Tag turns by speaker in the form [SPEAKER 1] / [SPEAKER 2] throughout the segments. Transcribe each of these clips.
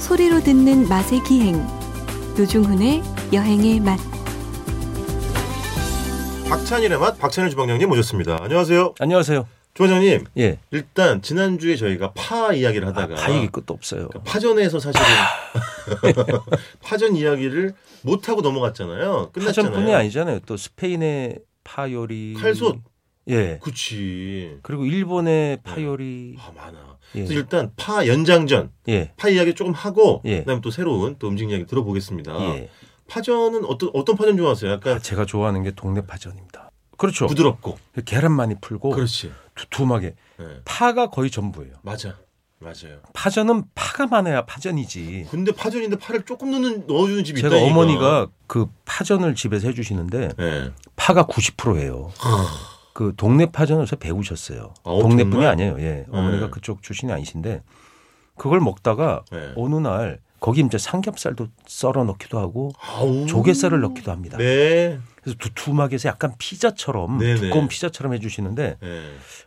[SPEAKER 1] 소리로 듣는 맛의 기행 노중훈의 여행의 맛
[SPEAKER 2] 박찬일의 맛 박찬일 주방장님 모셨습니다. 안녕하세요.
[SPEAKER 3] 안녕하세요.
[SPEAKER 2] 주방장님
[SPEAKER 3] 예. 아,
[SPEAKER 2] 일단 지난주에 저희가 파 이야기를 하다가
[SPEAKER 3] 다 얘기 끝도 없어요.
[SPEAKER 2] 그러니까 파전에서 사실은 파전 이야기를 못 하고 넘어갔잖아요. 끝났잖아요.
[SPEAKER 3] 파전뿐이 아니잖아요. 또 스페인의 파 요리.
[SPEAKER 2] 칼솥.
[SPEAKER 3] 예.
[SPEAKER 2] 그치.
[SPEAKER 3] 그리고 일본의 파 요리.
[SPEAKER 2] 아 많아.
[SPEAKER 3] 예.
[SPEAKER 2] 그래서 일단 파 연장전
[SPEAKER 3] 예.
[SPEAKER 2] 파 이야기 조금 하고
[SPEAKER 3] 예.
[SPEAKER 2] 그다음에 또 새로운 또 음식 이야기 들어보겠습니다.
[SPEAKER 3] 예.
[SPEAKER 2] 파전은 어떤 어떤 파전 좋아하세요?
[SPEAKER 3] 아,
[SPEAKER 2] 약간
[SPEAKER 3] 제가 좋아하는 게 동네 파전입니다. 그렇죠.
[SPEAKER 2] 부드럽고
[SPEAKER 3] 계란 많이 풀고
[SPEAKER 2] 그렇지.
[SPEAKER 3] 두툼하게
[SPEAKER 2] 예.
[SPEAKER 3] 파가 거의 전부예요.
[SPEAKER 2] 맞아. 맞아요.
[SPEAKER 3] 파전은 파가 많아야 파전이지.
[SPEAKER 2] 근데 파전인데 파를 조금 넣는 넣어주는 집이
[SPEAKER 3] 예. 제가
[SPEAKER 2] 있다. 얘기가.
[SPEAKER 3] 어머니가 그 파전을 집에서 해주시는데
[SPEAKER 2] 예.
[SPEAKER 3] 파가 90%예요. 그 동네 파전에서 배우셨어요.
[SPEAKER 2] 아,
[SPEAKER 3] 동네 분이
[SPEAKER 2] 정말?
[SPEAKER 3] 아니에요. 예, 어머니가
[SPEAKER 2] 네.
[SPEAKER 3] 그쪽 출신이 아니신데 그걸 먹다가
[SPEAKER 2] 네.
[SPEAKER 3] 어느 날 거기 이제 삼겹살도 썰어 넣기도 하고
[SPEAKER 2] 아우.
[SPEAKER 3] 조개살을 넣기도 합니다.
[SPEAKER 2] 음. 네.
[SPEAKER 3] 그래서 두툼하게 해서 약간 피자처럼
[SPEAKER 2] 네네.
[SPEAKER 3] 두꺼운 피자처럼 해주시는데
[SPEAKER 2] 예.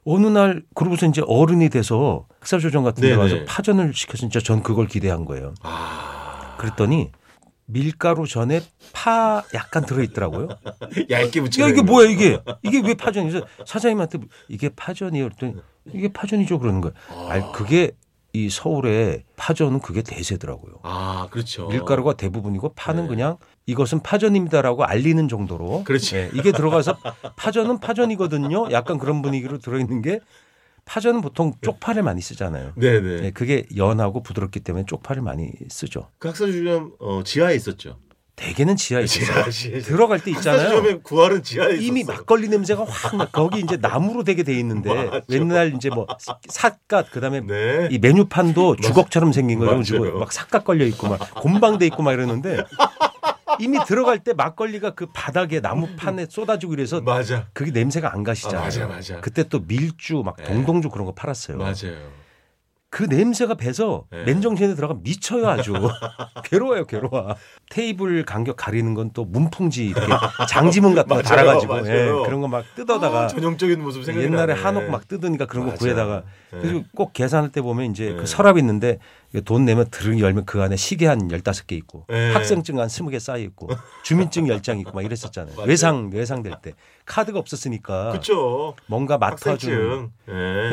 [SPEAKER 3] 어느 날 그러고서 이제 어른이 돼서 학사조정 같은 데
[SPEAKER 2] 네네.
[SPEAKER 3] 가서 파전을 시켜서 진짜 전 그걸 기대한 거예요.
[SPEAKER 2] 아.
[SPEAKER 3] 그랬더니 밀가루 전에 파 약간 들어있더라고요.
[SPEAKER 2] 얇게 붙여.
[SPEAKER 3] 야 이게 뭐야 이게 이게 왜 파전이죠? 사장님한테 이게 파전이에요. 그랬더니 이게 파전이죠 그러는 거예요. 아 그게 이 서울의 파전은 그게 대세더라고요.
[SPEAKER 2] 아, 그렇죠.
[SPEAKER 3] 밀가루가 대부분이고 파는
[SPEAKER 2] 네.
[SPEAKER 3] 그냥 이것은 파전입니다라고 알리는 정도로
[SPEAKER 2] 그렇지.
[SPEAKER 3] 예, 이게 들어가서 파전은 파전이거든요. 약간 그런 분위기로 들어있는 게 파전은 보통 쪽파를 많이 쓰잖아요.
[SPEAKER 2] 네, 네.
[SPEAKER 3] 예, 그게 연하고 부드럽기 때문에 쪽파를 많이 쓰죠.
[SPEAKER 2] 그 학사주점 어, 지하에 있었죠.
[SPEAKER 3] 대개는 네, 지하에 있어요.
[SPEAKER 2] 지하에.
[SPEAKER 3] 들어갈 때 있잖아요.
[SPEAKER 2] 학사주점의 구할은 지하에 있었어.
[SPEAKER 3] 이미 막걸리 냄새가 확 나. 거기 이제 나무로 되게 돼 있는데 옛날 이제 뭐 삿갓 그다음에
[SPEAKER 2] 네.
[SPEAKER 3] 이 메뉴판도 주걱처럼 생긴 거죠.
[SPEAKER 2] 맞아요.
[SPEAKER 3] 주걱 막 삿갓 걸려 있고 막 곰방돼 있고 막 이러는데 이미 들어갈 때 막걸리가 그 바닥에 나무판에 쏟아지고 이래서
[SPEAKER 2] 맞아.
[SPEAKER 3] 그게 냄새가 안 가시잖아요.
[SPEAKER 2] 아, 맞아, 맞아.
[SPEAKER 3] 그때 또 밀주 막
[SPEAKER 2] 네.
[SPEAKER 3] 동동주 그런 거 팔았어요.
[SPEAKER 2] 맞아요.
[SPEAKER 3] 그 냄새가 배서
[SPEAKER 2] 네.
[SPEAKER 3] 맨정신에 들어가 미쳐요 아주 괴로워요 괴로워 테이블 간격 가리는 건 또 문풍지 이렇게 장지문 같은 거
[SPEAKER 2] 맞아요,
[SPEAKER 3] 달아가지고
[SPEAKER 2] 맞아요.
[SPEAKER 3] 예, 그런 거 막 뜯어다가
[SPEAKER 2] 아, 전형적인 모습 생각이
[SPEAKER 3] 옛날에
[SPEAKER 2] 나네.
[SPEAKER 3] 한옥 막 뜯으니까 그런 거
[SPEAKER 2] 맞아.
[SPEAKER 3] 구해다가
[SPEAKER 2] 네.
[SPEAKER 3] 그리고 꼭 계산할 때 보면 이제
[SPEAKER 2] 네.
[SPEAKER 3] 그 서랍 있는데 이거 돈 내면 들은 열면 그 안에 시계 한 15개 있고
[SPEAKER 2] 네.
[SPEAKER 3] 학생증 한 20개 쌓여 있고 주민증 10장 있고 막 이랬었잖아요.
[SPEAKER 2] 맞아요.
[SPEAKER 3] 외상 외상 될 때 카드가 없었으니까
[SPEAKER 2] 그렇죠.
[SPEAKER 3] 뭔가 맡아주는
[SPEAKER 2] 학생증.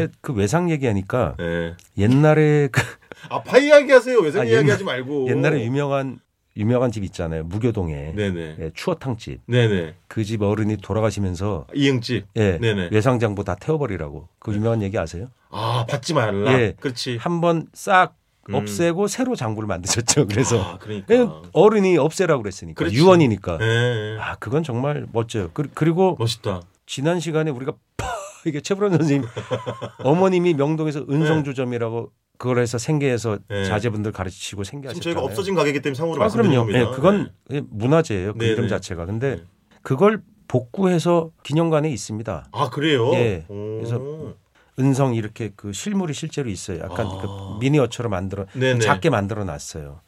[SPEAKER 2] 예.
[SPEAKER 3] 그 외상 얘기하니까
[SPEAKER 2] 예.
[SPEAKER 3] 옛날에 그
[SPEAKER 2] 아, 파 이야기하세요. 외상
[SPEAKER 3] 아, 옛날-
[SPEAKER 2] 이야기하지 말고.
[SPEAKER 3] 옛날에 유명한 유명한 집 있잖아요. 무교동에
[SPEAKER 2] 네네.
[SPEAKER 3] 예, 추어탕집
[SPEAKER 2] 네네.
[SPEAKER 3] 그 집 어른이 돌아가시면서
[SPEAKER 2] 이응집.
[SPEAKER 3] 예,
[SPEAKER 2] 네네. 네.
[SPEAKER 3] 외상장부 다 태워버리라고 그 유명한 얘기 아세요?
[SPEAKER 2] 아, 받지 말라.
[SPEAKER 3] 예.
[SPEAKER 2] 그렇지.
[SPEAKER 3] 한번 싹
[SPEAKER 2] 음.
[SPEAKER 3] 없애고 새로 장부를 만드셨죠. 그래서
[SPEAKER 2] 아, 그러니까.
[SPEAKER 3] 그냥 어른이 없애라고 그랬으니까
[SPEAKER 2] 그렇지.
[SPEAKER 3] 유언이니까.
[SPEAKER 2] 예, 예.
[SPEAKER 3] 아 그건 정말 멋져요. 그, 그리고
[SPEAKER 2] 멋있다.
[SPEAKER 3] 지난 시간에 우리가 이게 최불원 선생님 어머님이 명동에서 은성주점이라고 그걸 해서 생계해서
[SPEAKER 2] 네.
[SPEAKER 3] 자제분들
[SPEAKER 2] 지금
[SPEAKER 3] 가르치고 생계하셨잖아요.
[SPEAKER 2] 저희가 없어진 가게이기 때문에 상호로
[SPEAKER 3] 아,
[SPEAKER 2] 말씀드린
[SPEAKER 3] 그럼요.
[SPEAKER 2] 겁니다. 네.
[SPEAKER 3] 예, 그건 문화재예요. 그
[SPEAKER 2] 네네.
[SPEAKER 3] 이름 자체가. 근데
[SPEAKER 2] 네.
[SPEAKER 3] 그걸 복구해서 기념관에 있습니다.
[SPEAKER 2] 아 그래요.
[SPEAKER 3] 예.
[SPEAKER 2] 오.
[SPEAKER 3] 그래서 은성 이렇게 그 실물이 실제로 있어요. 약간
[SPEAKER 2] 아.
[SPEAKER 3] 그 미니어처로 만들어
[SPEAKER 2] 네네.
[SPEAKER 3] 작게 만들어 놨어요.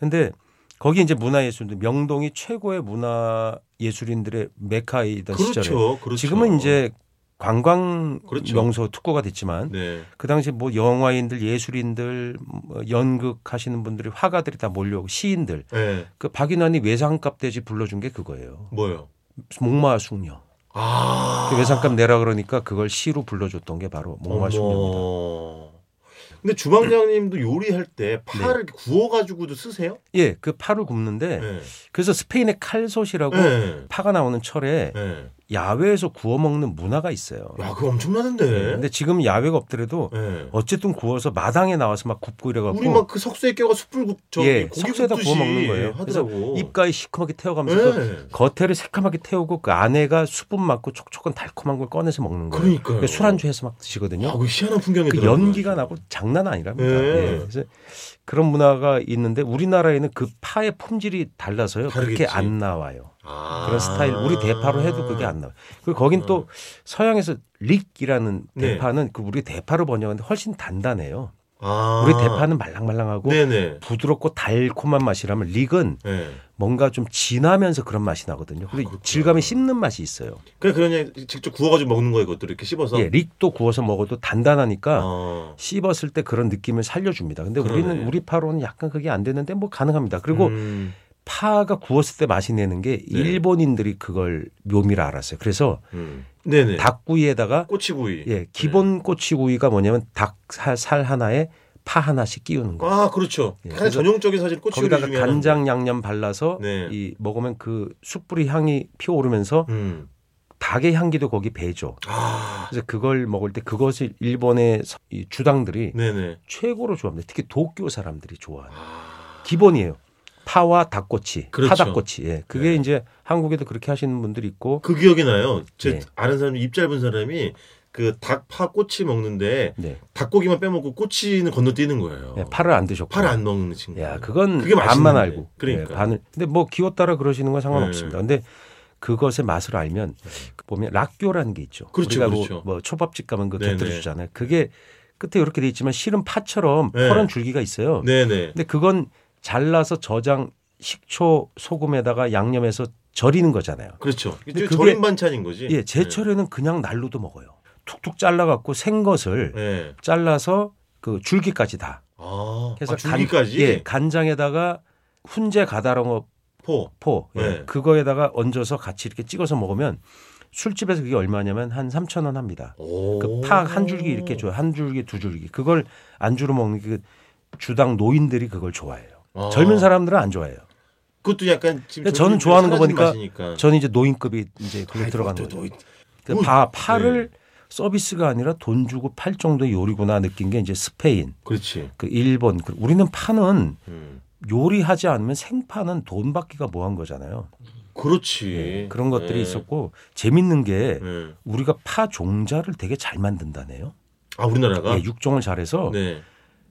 [SPEAKER 3] 근데 거기 이제 문화예술인들 명동이 최고의 문화예술인들의 메카이던 시절에
[SPEAKER 2] 그렇죠. 그렇죠.
[SPEAKER 3] 지금은 이제 관광
[SPEAKER 2] 그렇죠.
[SPEAKER 3] 명소 특구가 됐지만
[SPEAKER 2] 네.
[SPEAKER 3] 그 당시 뭐 영화인들 예술인들 뭐 연극 하시는 분들이 화가들이 다 몰려오고 시인들
[SPEAKER 2] 예.
[SPEAKER 3] 그 박인환이 외상값 대지 불러준 게 그거예요.
[SPEAKER 2] 뭐요?
[SPEAKER 3] 목마 숙녀.
[SPEAKER 2] 아.
[SPEAKER 3] 그 외상값 내라 그러니까 그걸 시로 불러줬던 게 바로 목마 숙녀입니다. 네.
[SPEAKER 2] 어머. 근데 주방장님도 요리할 때 파를 구워가지고도 쓰세요?
[SPEAKER 3] 예, 그 파를 굽는데
[SPEAKER 2] 예.
[SPEAKER 3] 그래서 스페인의 칼솥이라고
[SPEAKER 2] 예.
[SPEAKER 3] 파가 나오는 철에
[SPEAKER 2] 예.
[SPEAKER 3] 야외에서 구워 먹는 문화가 있어요.
[SPEAKER 2] 야, 네. 그거 엄청나던데.
[SPEAKER 3] 네. 근데 지금 야외가 없더래도
[SPEAKER 2] 예.
[SPEAKER 3] 어쨌든 구워서 마당에 나와서 막 굽고 이래갖고
[SPEAKER 2] 우리 막 그 석쇠에 껴가 숯불 굽, 저기
[SPEAKER 3] 예,
[SPEAKER 2] 고기
[SPEAKER 3] 석쇠에다
[SPEAKER 2] 굽듯이
[SPEAKER 3] 구워 먹는 거예요. 그래서
[SPEAKER 2] 하더라고.
[SPEAKER 3] 입가에 시큼하게 태워가면서 그
[SPEAKER 2] 예.
[SPEAKER 3] 겉에를 새까맣게 태우고 그 안에가 수분 맞고 촉촉한 달콤한 걸 꺼내서 먹는 거예요.
[SPEAKER 2] 그러니까요.
[SPEAKER 3] 그러니까 술안주해서 막 드시거든요.
[SPEAKER 2] 아, 그 희한한 풍경이
[SPEAKER 3] 그 연기가 나고 장난 아니랍니다.
[SPEAKER 2] 예.
[SPEAKER 3] 예. 그래서 그런 문화가 있는데 우리나라에는 그 파의 품질이 달라서요.
[SPEAKER 2] 다르겠지.
[SPEAKER 3] 그렇게 안 나와요.
[SPEAKER 2] 아. 음.
[SPEAKER 3] 그런 스타일 우리 대파로 해도 그게 안 나와요. 그리고 거긴 또 서양에서 릭이라는
[SPEAKER 2] 네.
[SPEAKER 3] 대파는 그 우리 대파로 번역하는데 훨씬 단단해요.
[SPEAKER 2] 아.
[SPEAKER 3] 우리 대파는 뭐- 말랑말랑하고
[SPEAKER 2] 네네.
[SPEAKER 3] 부드럽고 달콤한 맛이라면 릭은
[SPEAKER 2] 네.
[SPEAKER 3] 뭔가 좀 진하면서 그런 맛이 나거든요. 그리고
[SPEAKER 2] 그렇구나.
[SPEAKER 3] 질감이 씹는 맛이 있어요.
[SPEAKER 2] 그냥 그냥 직접 구워가지고 먹는 거예요. 이것도 이렇게 씹어서.
[SPEAKER 3] 예, 릭도 구워서 먹어도 단단하니까
[SPEAKER 2] 어.
[SPEAKER 3] 씹었을 때 그런 느낌을 살려줍니다. 근데
[SPEAKER 2] 그러네.
[SPEAKER 3] 우리는 우리 파로는 약간 그게 안 되는데 뭐 가능합니다. 그리고
[SPEAKER 2] 음. 네.
[SPEAKER 3] 파가 구웠을 때 맛이 내는 게 일본인들이 그걸 묘미를 알았어요. 그래서
[SPEAKER 2] 음. 네네. 네.
[SPEAKER 3] 닭구이에다가
[SPEAKER 2] 꼬치구이.
[SPEAKER 3] 예, 기본 꼬치구이가 뭐냐면 닭 살 하나에 파 하나씩 끼우는 거.
[SPEAKER 2] 아 그렇죠.
[SPEAKER 3] 예,
[SPEAKER 2] 가장
[SPEAKER 3] 그래서
[SPEAKER 2] 전형적인 사실 꼬치구이
[SPEAKER 3] 거기다가
[SPEAKER 2] 중에 하나인데.
[SPEAKER 3] 간장 양념 발라서
[SPEAKER 2] 네.
[SPEAKER 3] 이 먹으면 그 숯불이 향이 피어오르면서
[SPEAKER 2] 음.
[SPEAKER 3] 닭의 향기도 거기 배죠.
[SPEAKER 2] 아.
[SPEAKER 3] 그래서 그걸 먹을 때 그것을 일본의 서- 이 주당들이
[SPEAKER 2] 네네.
[SPEAKER 3] 최고로 좋아합니다. 특히 도쿄 사람들이 좋아해요.
[SPEAKER 2] 아.
[SPEAKER 3] 기본이에요. 파와 닭꼬치,
[SPEAKER 2] 그렇죠.
[SPEAKER 3] 파닭꼬치. 예. 그게
[SPEAKER 2] 네.
[SPEAKER 3] 이제 한국에도 그렇게 하시는 분들이 있고,
[SPEAKER 2] 그 기억이 나요. 제
[SPEAKER 3] 네.
[SPEAKER 2] 아는 사람 입 짧은 사람이 그 닭파 꼬치 먹는데
[SPEAKER 3] 네,
[SPEAKER 2] 닭고기만 빼먹고 꼬치는 건너뛰는 거예요.
[SPEAKER 3] 예, 파를 안 드셨고,
[SPEAKER 2] 어. 팔 안 먹는 친구.
[SPEAKER 3] 야, 그건
[SPEAKER 2] 그게 맛있는데.
[SPEAKER 3] 반만 알고,
[SPEAKER 2] 그러니까.
[SPEAKER 3] 예, 반을. 근데 뭐 기호 따라 그러시는 건 상관없습니다.
[SPEAKER 2] 네.
[SPEAKER 3] 근데 그것의 맛을 알면 그 보면 락교라는 게 있죠.
[SPEAKER 2] 그렇죠,
[SPEAKER 3] 우리가
[SPEAKER 2] 그렇죠.
[SPEAKER 3] 뭐, 뭐 초밥집 가면 그
[SPEAKER 2] 네,
[SPEAKER 3] 곁들여
[SPEAKER 2] 네.
[SPEAKER 3] 주잖아요. 그게 끝에 이렇게 돼 있지만 실은 파처럼
[SPEAKER 2] 네.
[SPEAKER 3] 파란 줄기가 있어요.
[SPEAKER 2] 네네.
[SPEAKER 3] 근데 그건 잘라서 저장 식초 소금에다가 양념해서 절이는 거잖아요.
[SPEAKER 2] 그렇죠.
[SPEAKER 3] 근데
[SPEAKER 2] 이게
[SPEAKER 3] 그게-
[SPEAKER 2] 절임 반찬인 거지.
[SPEAKER 3] 예, 제철에는 그냥 날로도 먹어요. 툭툭 잘라갖고 생 것을
[SPEAKER 2] 네. 네.
[SPEAKER 3] 잘라서 그 줄기까지 다.
[SPEAKER 2] 아,
[SPEAKER 3] 그래서
[SPEAKER 2] 아, 줄기까지
[SPEAKER 3] 간, 예, 간장에다가 훈제 가다랑어
[SPEAKER 2] 포.
[SPEAKER 3] 포 예,
[SPEAKER 2] 네.
[SPEAKER 3] 그거에다가 얹어서 같이 이렇게 찍어서 먹으면 술집에서 그게 얼마냐면 한 3천 원 합니다. 그 파 한 줄기 이렇게 줘요. 한 줄기 두 줄기. 그걸 안주로 먹는 게그 주당 노인들이 그걸 좋아해요.
[SPEAKER 2] 아.
[SPEAKER 3] 젊은 사람들은 안 좋아해요.
[SPEAKER 2] 그것도 약간 지금
[SPEAKER 3] 근데
[SPEAKER 2] 점점
[SPEAKER 3] 저는 좋아하는 거
[SPEAKER 2] 사라진
[SPEAKER 3] 보니까
[SPEAKER 2] 맛이니까.
[SPEAKER 3] 저는 이제 노인급이 이제 글로
[SPEAKER 2] 아이,
[SPEAKER 3] 들어가는
[SPEAKER 2] 또,
[SPEAKER 3] 거죠.
[SPEAKER 2] 또,
[SPEAKER 3] 그
[SPEAKER 2] 뭐,
[SPEAKER 3] 파, 파를 서비스가 아니라 돈 주고 팔 정도의 요리구나 느낀 게 이제 스페인,
[SPEAKER 2] 그렇지.
[SPEAKER 3] 그 일본. 그 우리는 파는
[SPEAKER 2] 음.
[SPEAKER 3] 요리하지 않으면 생파는 돈 받기가 뭐한 거잖아요.
[SPEAKER 2] 그렇지.
[SPEAKER 3] 예, 그런 것들이
[SPEAKER 2] 네.
[SPEAKER 3] 있었고 재밌는 게
[SPEAKER 2] 네.
[SPEAKER 3] 우리가 파 종자를 되게 잘 만든다네요.
[SPEAKER 2] 아, 우리나라가.
[SPEAKER 3] 예, 육종을 잘해서
[SPEAKER 2] 네.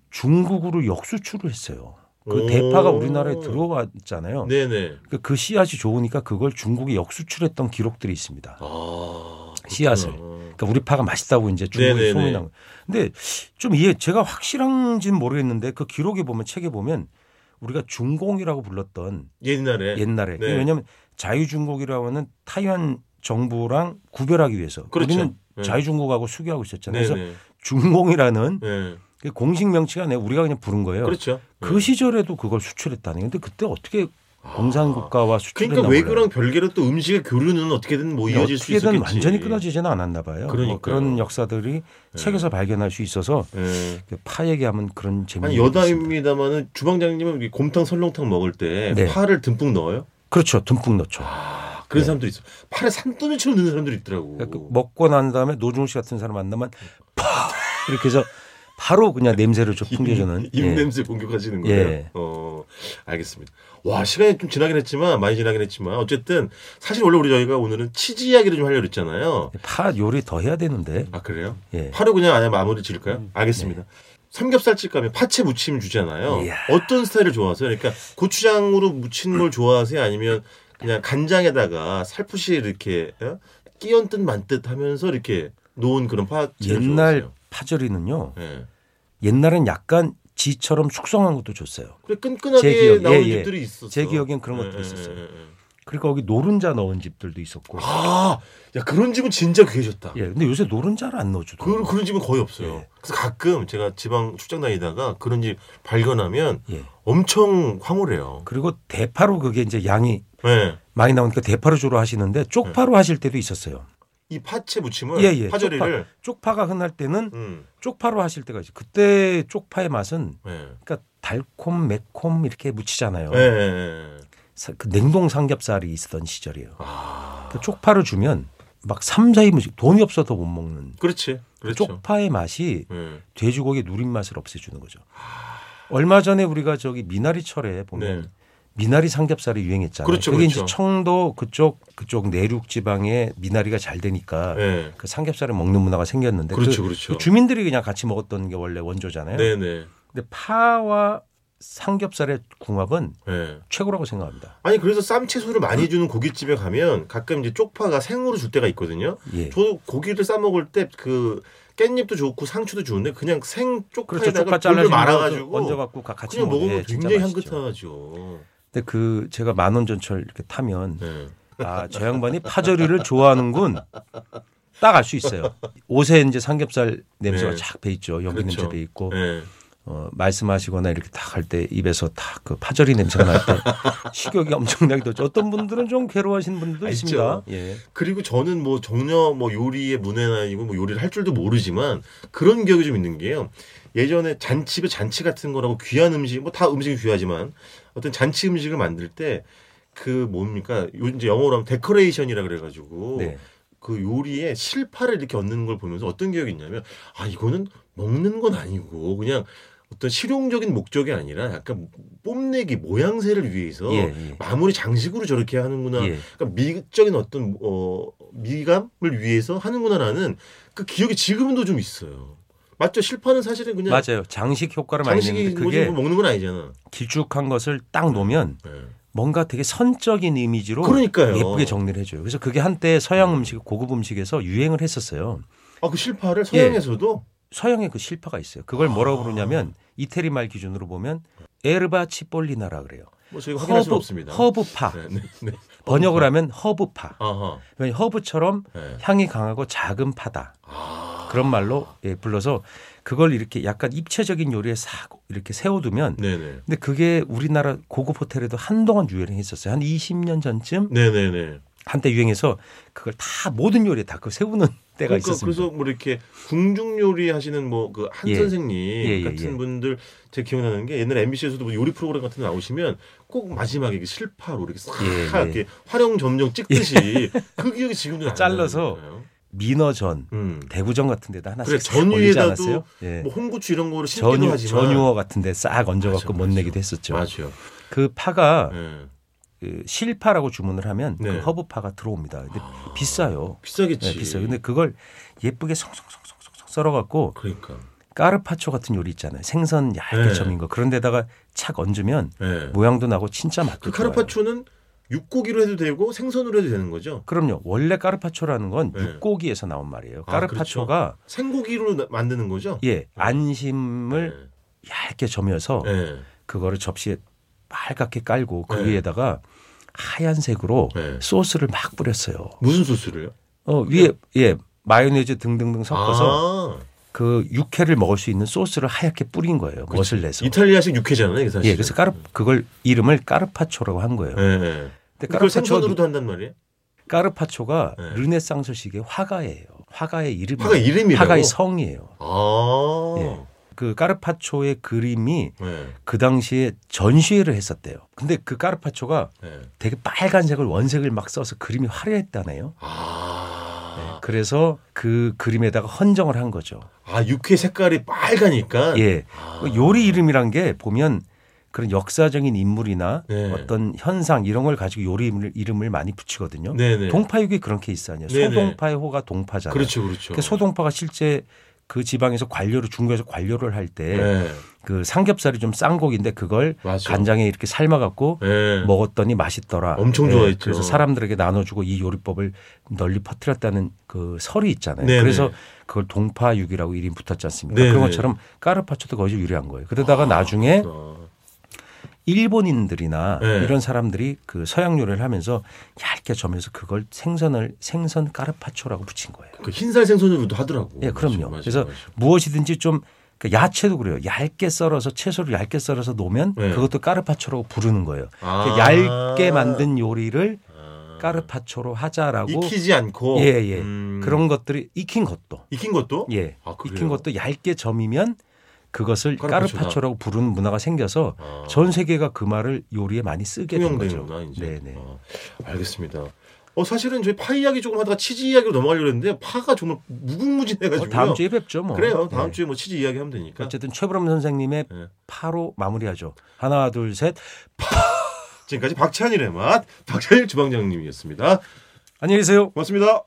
[SPEAKER 3] 중국으로 역수출을 했어요. 그
[SPEAKER 2] 오.
[SPEAKER 3] 대파가 우리나라에 들어왔잖아요.
[SPEAKER 2] 네, 네.
[SPEAKER 3] 그- 그 씨앗이 좋으니까 그걸 중국이 역수출했던 기록들이 있습니다.
[SPEAKER 2] 아. 그렇구나.
[SPEAKER 3] 씨앗을. 그러니까 우리 파가 맛있다고 이제 중국에
[SPEAKER 2] 네네네.
[SPEAKER 3] 소문이 난 거. 근데 좀 이해 제가 확실한지는 모르겠는데 그 기록에 보면 책에 보면 우리가 중공이라고 불렀던
[SPEAKER 2] 옛날에.
[SPEAKER 3] 옛날에
[SPEAKER 2] 네.
[SPEAKER 3] 왜냐하면 자유중국이라고 하는 타이완 정부랑 구별하기 위해서
[SPEAKER 2] 그렇죠.
[SPEAKER 3] 우리는
[SPEAKER 2] 네.
[SPEAKER 3] 자유중국하고 수교하고 있었잖아요.
[SPEAKER 2] 네,
[SPEAKER 3] 그래서
[SPEAKER 2] 네.
[SPEAKER 3] 중공이라는
[SPEAKER 2] 네.
[SPEAKER 3] 그 공식 명칭이 아니라 우리가 그냥 부른 거예요.
[SPEAKER 2] 그렇죠.
[SPEAKER 3] 그 시절에도 그걸 수출했다는 근데 그때 어떻게 공산국가와 수출했나
[SPEAKER 2] 아. 그러니까
[SPEAKER 3] 몰라요.
[SPEAKER 2] 외교랑 별개로 또 음식의 교류는 어떻게든 뭐 이어질 수 있겠지.
[SPEAKER 3] 어떻게든 완전히 끊어지지는 않았나 봐요. 뭐
[SPEAKER 2] 그러니까요.
[SPEAKER 3] 그런 역사들이 책에서 발견할 수 있어서
[SPEAKER 2] 예.
[SPEAKER 3] 파 얘기하면 그런 재미가
[SPEAKER 2] 아니
[SPEAKER 3] 있습니다.
[SPEAKER 2] 여담입니다만은 주방장님은 이 곰탕 설렁탕 먹을 때
[SPEAKER 3] 네.
[SPEAKER 2] 파를 듬뿍 넣어요.
[SPEAKER 3] 그렇죠. 듬뿍 넣죠.
[SPEAKER 2] 아, 그런 사람도 있어. 파를 산더미처럼 넣는 사람들이 있더라고.
[SPEAKER 3] 네. 그러니까 그 먹고 난 다음에 노중훈 씨 같은 사람 만나면 파 이렇게 해서 바로 그냥 냄새를 좀 풍겨주는
[SPEAKER 2] 입
[SPEAKER 3] 예.
[SPEAKER 2] 냄새 공격하시는 거예요.
[SPEAKER 3] 예.
[SPEAKER 2] 어, 알겠습니다. 와 시간이 좀 지나긴 했지만 많이 지나긴 했지만 어쨌든 사실 원래 우리 저희가 오늘은 치즈 이야기를 좀 하려고 했잖아요.
[SPEAKER 3] 파 요리 더 해야 되는데
[SPEAKER 2] 아 그래요?
[SPEAKER 3] 예. 음. 네.
[SPEAKER 2] 파로 그냥 아예 마무리 지을까요? 알겠습니다. 삼겹살집 가면 파채 무침 주잖아요.
[SPEAKER 3] 이야.
[SPEAKER 2] 어떤 스타일을 좋아하세요? 그러니까 고추장으로 무친 걸 좋아하세요? 아니면 그냥 간장에다가 살포시 이렇게 어? 끼얹듯 만듯 하면서 이렇게 놓은 그런 파채를
[SPEAKER 3] 옛날
[SPEAKER 2] 좋아하세요?
[SPEAKER 3] 파절이는요
[SPEAKER 2] 예.
[SPEAKER 3] 옛날엔 약간 지처럼 숙성한 것도 줬어요.
[SPEAKER 2] 그래 끈끈하게
[SPEAKER 3] 제 기억,
[SPEAKER 2] 나오는
[SPEAKER 3] 예, 예.
[SPEAKER 2] 집들이 있었어.
[SPEAKER 3] 제 기억엔 그런
[SPEAKER 2] 예,
[SPEAKER 3] 것들이
[SPEAKER 2] 예,
[SPEAKER 3] 있었어요.
[SPEAKER 2] 예, 예.
[SPEAKER 3] 그리고 거기 노른자 넣은 집들도 있었고.
[SPEAKER 2] 아, 야 그런 집은 진짜 그게 좋다.
[SPEAKER 3] 예, 근데 요새 노른자를 안 넣어주더라고요.
[SPEAKER 2] 그, 그런 집은 거의 없어요.
[SPEAKER 3] 예.
[SPEAKER 2] 그래서 가끔 제가 지방 출장 다니다가 그런 집 발견하면
[SPEAKER 3] 예.
[SPEAKER 2] 엄청 황홀해요.
[SPEAKER 3] 그리고 대파로 그게 이제 양이
[SPEAKER 2] 예.
[SPEAKER 3] 많이 나오니까 대파로 주로 하시는데
[SPEAKER 2] 네.
[SPEAKER 3] 쪽파로 하실 때도 있었어요.
[SPEAKER 2] 이 파채 무침을
[SPEAKER 3] 예, 예.
[SPEAKER 2] 파절이를
[SPEAKER 3] 쪽파, 가 흔할 때는
[SPEAKER 2] 음,
[SPEAKER 3] 쪽파로 하실 때가 있어요. 그때 쪽파의 맛은
[SPEAKER 2] 예.
[SPEAKER 3] 그러니까 달콤 매콤 이렇게 무치잖아요.
[SPEAKER 2] 예, 예, 예.
[SPEAKER 3] 사- 그 냉동 삼겹살이 있었던 시절이에요.
[SPEAKER 2] 아,
[SPEAKER 3] 그 쪽파를 주면 막 3, 4인분씩 돈이 없어도 못 먹는
[SPEAKER 2] 그렇지, 그렇죠.
[SPEAKER 3] 쪽파의 맛이
[SPEAKER 2] 예.
[SPEAKER 3] 돼지고기의 누린 맛을 없애주는 거죠. 얼마 전에 우리가 저기 미나리철에 보면
[SPEAKER 2] 네.
[SPEAKER 3] 미나리 삼겹살이 유행했잖아요.
[SPEAKER 2] 그렇죠,
[SPEAKER 3] 그게 이제
[SPEAKER 2] 그렇죠.
[SPEAKER 3] 청도 그쪽 그쪽 내륙 지방에 미나리가 잘 되니까
[SPEAKER 2] 예.
[SPEAKER 3] 그 삼겹살을 먹는 문화가 생겼는데
[SPEAKER 2] 그렇죠,
[SPEAKER 3] 그,
[SPEAKER 2] 그렇죠.
[SPEAKER 3] 그 주민들이 그냥 같이 먹었던 게 원래 원조잖아요.
[SPEAKER 2] 네, 네,
[SPEAKER 3] 근데 파와 삼겹살의 궁합은
[SPEAKER 2] 예.
[SPEAKER 3] 최고라고 생각합니다.
[SPEAKER 2] 아니 그래서 쌈 채소를 많이 주는 고깃집에 가면 가끔 이제 쪽파가 생으로 줄 때가 있거든요.
[SPEAKER 3] 예.
[SPEAKER 2] 저도 고기를 싸 먹을 때 그 깻잎도 좋고 상추도 좋은데 그냥 생
[SPEAKER 3] 그렇죠.
[SPEAKER 2] 쪽파에다가
[SPEAKER 3] 쪽파
[SPEAKER 2] 돌을
[SPEAKER 3] 잘라서
[SPEAKER 2] 말아가지고
[SPEAKER 3] 얹어갖고 가- 같이
[SPEAKER 2] 그냥 먹으면
[SPEAKER 3] 예, 진짜
[SPEAKER 2] 굉장히
[SPEAKER 3] 맛있죠.
[SPEAKER 2] 향긋하죠.
[SPEAKER 3] 근데 그 제가 만원 전철 이렇게 타면
[SPEAKER 2] 네.
[SPEAKER 3] 아 저 양반이 파절이를 좋아하는군 딱 알 수 있어요. 옷에 이제 삼겹살 냄새가
[SPEAKER 2] 네.
[SPEAKER 3] 착 배 있죠. 연기
[SPEAKER 2] 그렇죠.
[SPEAKER 3] 냄새 배 있고
[SPEAKER 2] 네.
[SPEAKER 3] 어, 말씀하시거나 이렇게 딱 할 때 입에서 딱 그 파절이 냄새가 날 때 식욕이 엄청나게 돋죠. 어떤 분들은 좀 괴로워하시는 분들도
[SPEAKER 2] 아,
[SPEAKER 3] 있습니다.
[SPEAKER 2] 있죠.
[SPEAKER 3] 예.
[SPEAKER 2] 그리고 저는 뭐 정녀 뭐 요리의 문외나 이고 뭐 요리를 할 줄도 모르지만 그런 기억이 좀 있는 게요. 예전에 잔치가 잔치 같은 거라고 귀한 음식 뭐 다 음식이 귀하지만 어떤 잔치 음식을 만들 때 그 뭡니까 요 이제 영어로 하면 데코레이션이라 그래가지고
[SPEAKER 3] 네.
[SPEAKER 2] 그 요리에 실파를 이렇게 얹는 걸 보면서 어떤 기억이 있냐면 아 이거는 먹는 건 아니고 그냥 어떤 실용적인 목적이 아니라 약간 뽐내기 모양새를 위해서
[SPEAKER 3] 예, 예.
[SPEAKER 2] 마무리 장식으로 저렇게 하는구나
[SPEAKER 3] 예.
[SPEAKER 2] 그러니까 미적인 어떤 어 미감을 위해서 하는구나라는 그 기억이 지금도 좀 있어요. 맞죠? 실파는 사실은 그냥
[SPEAKER 3] 맞아요. 장식 효과를 많이
[SPEAKER 2] 네. 장식이
[SPEAKER 3] 내는데
[SPEAKER 2] 뭐지
[SPEAKER 3] 그게
[SPEAKER 2] 뭐 먹는 건 아니잖아.
[SPEAKER 3] 길쭉한 것을 딱 놓으면
[SPEAKER 2] 예.
[SPEAKER 3] 뭔가 되게 선적인 이미지로
[SPEAKER 2] 그러니까요.
[SPEAKER 3] 예쁘게 정리를 해줘요. 그래서 그게 한때 서양 음식, 고급 음식에서 유행을 했었어요.
[SPEAKER 2] 아그
[SPEAKER 3] 예.
[SPEAKER 2] 실파를 서양에서도
[SPEAKER 3] 서양의 그 실파가 있어요. 그걸 뭐라고 부르냐면 이태리 말 기준으로 보면 에르바 치폴리나라 그래요.
[SPEAKER 2] 뭐 저희가 확인할 수 없습니다.
[SPEAKER 3] 허브파.
[SPEAKER 2] 네, 네, 네.
[SPEAKER 3] 번역을 하면 허브파.
[SPEAKER 2] 아하.
[SPEAKER 3] 그러니까 허브처럼
[SPEAKER 2] 네.
[SPEAKER 3] 향이 강하고 작은 파다.
[SPEAKER 2] 아.
[SPEAKER 3] 그런 말로 예, 불러서 그걸 이렇게 약간 입체적인 요리에 싹 이렇게 세워두면
[SPEAKER 2] 네네.
[SPEAKER 3] 근데 그게 우리나라 고급 호텔에도 한동안 유행했었어요. 한 20년 전쯤
[SPEAKER 2] 네네네.
[SPEAKER 3] 한때 유행해서 그걸 다 모든 요리에 다 그걸 세우는 때가
[SPEAKER 2] 그러니까
[SPEAKER 3] 있었습니다.
[SPEAKER 2] 그래서 뭐 이렇게 궁중 요리 하시는 뭐 그 한
[SPEAKER 3] 예.
[SPEAKER 2] 선생님
[SPEAKER 3] 예,
[SPEAKER 2] 같은
[SPEAKER 3] 예.
[SPEAKER 2] 분들 제가 기억나는 게 옛날에 MBC에서도 뭐 요리 프로그램 같은 데 나오시면 꼭 마지막에 이렇게 실파로 이렇게 싹
[SPEAKER 3] 예, 예.
[SPEAKER 2] 이렇게 활용 점정 찍듯이 그 기억이 지금도 안
[SPEAKER 3] 잘라서
[SPEAKER 2] 나는 거예요.
[SPEAKER 3] 민어전,
[SPEAKER 2] 음.
[SPEAKER 3] 대구전 같은 데다 하나씩
[SPEAKER 2] 그래
[SPEAKER 3] 싹 올리지
[SPEAKER 2] 전위에다도
[SPEAKER 3] 않았어요? 예.
[SPEAKER 2] 뭐 홍고추 이런 거를 신기도
[SPEAKER 3] 전유,
[SPEAKER 2] 하지만
[SPEAKER 3] 전유어 같은 데 싹
[SPEAKER 2] 맞아,
[SPEAKER 3] 얹어갖고 못
[SPEAKER 2] 맞아.
[SPEAKER 3] 내기도 했었죠.
[SPEAKER 2] 맞아요.
[SPEAKER 3] 그 파가
[SPEAKER 2] 예.
[SPEAKER 3] 그 실파라고 주문을 하면
[SPEAKER 2] 네. 아.
[SPEAKER 3] 그 허브파가 들어옵니다. 근데 비싸요.
[SPEAKER 2] 비싸겠지.
[SPEAKER 3] 네, 비싸요. 근데 그걸 예쁘게 송송송송송 썰어갖고
[SPEAKER 2] 그러니까.
[SPEAKER 3] 까르파초 같은 요리 있잖아요. 생선
[SPEAKER 2] 네.
[SPEAKER 3] 얇게 점인 거. 그런 데다가 착 얹으면
[SPEAKER 2] 예.
[SPEAKER 3] 모양도 나고 진짜 맛도
[SPEAKER 2] 그
[SPEAKER 3] 뭐 좋아요.
[SPEAKER 2] 카르파초는 육고기로 해도 되고 생선으로 해도 되는 거죠.
[SPEAKER 3] 그럼요. 원래 까르파초라는 건
[SPEAKER 2] 네.
[SPEAKER 3] 육고기에서 나온 말이에요.
[SPEAKER 2] 아, 네.
[SPEAKER 3] 까르파초가
[SPEAKER 2] 생고기로 나- 만드는 거죠.
[SPEAKER 3] 예 안심을
[SPEAKER 2] 네.
[SPEAKER 3] 얇게 점여서
[SPEAKER 2] 예. 예.
[SPEAKER 3] 그거를 접시에 빨갛게 깔고 그
[SPEAKER 2] 네.
[SPEAKER 3] 위에다가 하얀색으로
[SPEAKER 2] 네.
[SPEAKER 3] 소스를 막 뿌렸어요.
[SPEAKER 2] 무슨 소스를요?
[SPEAKER 3] 어, 위에 예 마요네즈 등등등 섞어서
[SPEAKER 2] 네. 아,
[SPEAKER 3] 그 육회를 먹을 수 있는 소스를 하얗게 뿌린 거예요. 멋을 내서.
[SPEAKER 2] 이탈리아식 육회잖아요, 이게 사실.
[SPEAKER 3] 예, 그래서 까르 그걸 이름을 까르파초라고 한 거예요.
[SPEAKER 2] 예, 예.
[SPEAKER 3] 근데
[SPEAKER 2] 그걸
[SPEAKER 3] 까르파초가
[SPEAKER 2] 생선으로도 한단 말이에요.
[SPEAKER 3] 까르파초가
[SPEAKER 2] 네.
[SPEAKER 3] 르네상스식의 화가예요. 화가의 이름.
[SPEAKER 2] 화가 이름이라고.
[SPEAKER 3] 화가의 성이에요.
[SPEAKER 2] 아,
[SPEAKER 3] 예. 그 까르파초의 그림이
[SPEAKER 2] 예,
[SPEAKER 3] 그 당시에 전시회를 했었대요. 근데 그 까르파초가
[SPEAKER 2] 예.
[SPEAKER 3] 되게 빨간색을 원색을 막 써서 그림이 화려했다네요.
[SPEAKER 2] 아,
[SPEAKER 3] 그래서 그 그림에다가 헌정을 한 거죠.
[SPEAKER 2] 아 육회 색깔이 빨가니까.
[SPEAKER 3] 예.
[SPEAKER 2] 아,
[SPEAKER 3] 그 요리 이름이란 게 보면 그런 역사적인 인물이나
[SPEAKER 2] 네.
[SPEAKER 3] 어떤 현상 이런 걸 가지고 요리 이름을, 이름을 많이 붙이거든요.
[SPEAKER 2] 네네.
[SPEAKER 3] 동파육이 그런 케이스 아니에요.
[SPEAKER 2] 네네.
[SPEAKER 3] 소동파의 호가 동파잖아요.
[SPEAKER 2] 그렇죠, 그렇죠.
[SPEAKER 3] 그러니까 소동파가 실제 그 지방에서 관료를 중국에서 관료를 할 때 그
[SPEAKER 2] 예,
[SPEAKER 3] 삼겹살이 좀 싼 곡인데 그걸
[SPEAKER 2] 맞아.
[SPEAKER 3] 간장에 이렇게 삶아갖고
[SPEAKER 2] 예.
[SPEAKER 3] 먹었더니 맛있더라.
[SPEAKER 2] 엄청
[SPEAKER 3] 예,
[SPEAKER 2] 좋아했죠.
[SPEAKER 3] 그래서 사람들에게 나눠주고 이 요리법을 널리 퍼뜨렸다는 그 설이 있잖아요.
[SPEAKER 2] 네네.
[SPEAKER 3] 그래서 그걸 동파육이라고 이름 붙었지 않습니까?
[SPEAKER 2] 네네.
[SPEAKER 3] 그런 것처럼 까르파초도 거기서 유래한 거예요. 그러다가 나중에
[SPEAKER 2] 아,
[SPEAKER 3] 일본인들이나
[SPEAKER 2] 네.
[SPEAKER 3] 이런 사람들이 그 서양 요리를 하면서 얇게 점해서 그걸 생선을 생선 까르파초라고 붙인 거예요.
[SPEAKER 2] 그 흰살 생선으로도 하더라고.
[SPEAKER 3] 예,
[SPEAKER 2] 맞아,
[SPEAKER 3] 그럼요.
[SPEAKER 2] 맞아,
[SPEAKER 3] 그래서
[SPEAKER 2] 맞아.
[SPEAKER 3] 무엇이든지 좀그 야채도 그래요. 얇게 썰어서 채소를 얇게 썰어서 놓으면
[SPEAKER 2] 네.
[SPEAKER 3] 그것도 까르파초라고 부르는 거예요. 그
[SPEAKER 2] 아.
[SPEAKER 3] 얇게 만든 요리를
[SPEAKER 2] 아.
[SPEAKER 3] 까르파초로 하자라고
[SPEAKER 2] 익히지 않고.
[SPEAKER 3] 예, 예.
[SPEAKER 2] 음,
[SPEAKER 3] 그런 것들이 익힌 것도
[SPEAKER 2] 익힌 것도.
[SPEAKER 3] 예.
[SPEAKER 2] 아, 그래요?
[SPEAKER 3] 익힌 것도 얇게 점이면 그것을
[SPEAKER 2] 까르파초다.
[SPEAKER 3] 까르파초라고 부르는 문화가 생겨서
[SPEAKER 2] 아.
[SPEAKER 3] 전 세계가 그 말을 요리에 많이 쓰게 된 거죠.
[SPEAKER 2] 통용되는구나 이제.
[SPEAKER 3] 네, 네.
[SPEAKER 2] 어, 알겠습니다. 어 사실은 저희 파 이야기 조금 하다가 치즈 이야기로 넘어가려고 했는데 파가 정말 무궁무진해가지고요.
[SPEAKER 3] 다음 주에 뵙죠, 뭐.
[SPEAKER 2] 그래요. 다음
[SPEAKER 3] 네.
[SPEAKER 2] 주에 뭐 치즈 이야기 하면 되니까.
[SPEAKER 3] 어쨌든 최브람 선생님의
[SPEAKER 2] 네.
[SPEAKER 3] 파로 마무리하죠. 하나, 둘, 셋.
[SPEAKER 2] 지금까지 박찬일의 맛 박찬일 주방장님이었습니다.
[SPEAKER 3] 안녕히 계세요.
[SPEAKER 2] 고맙습니다.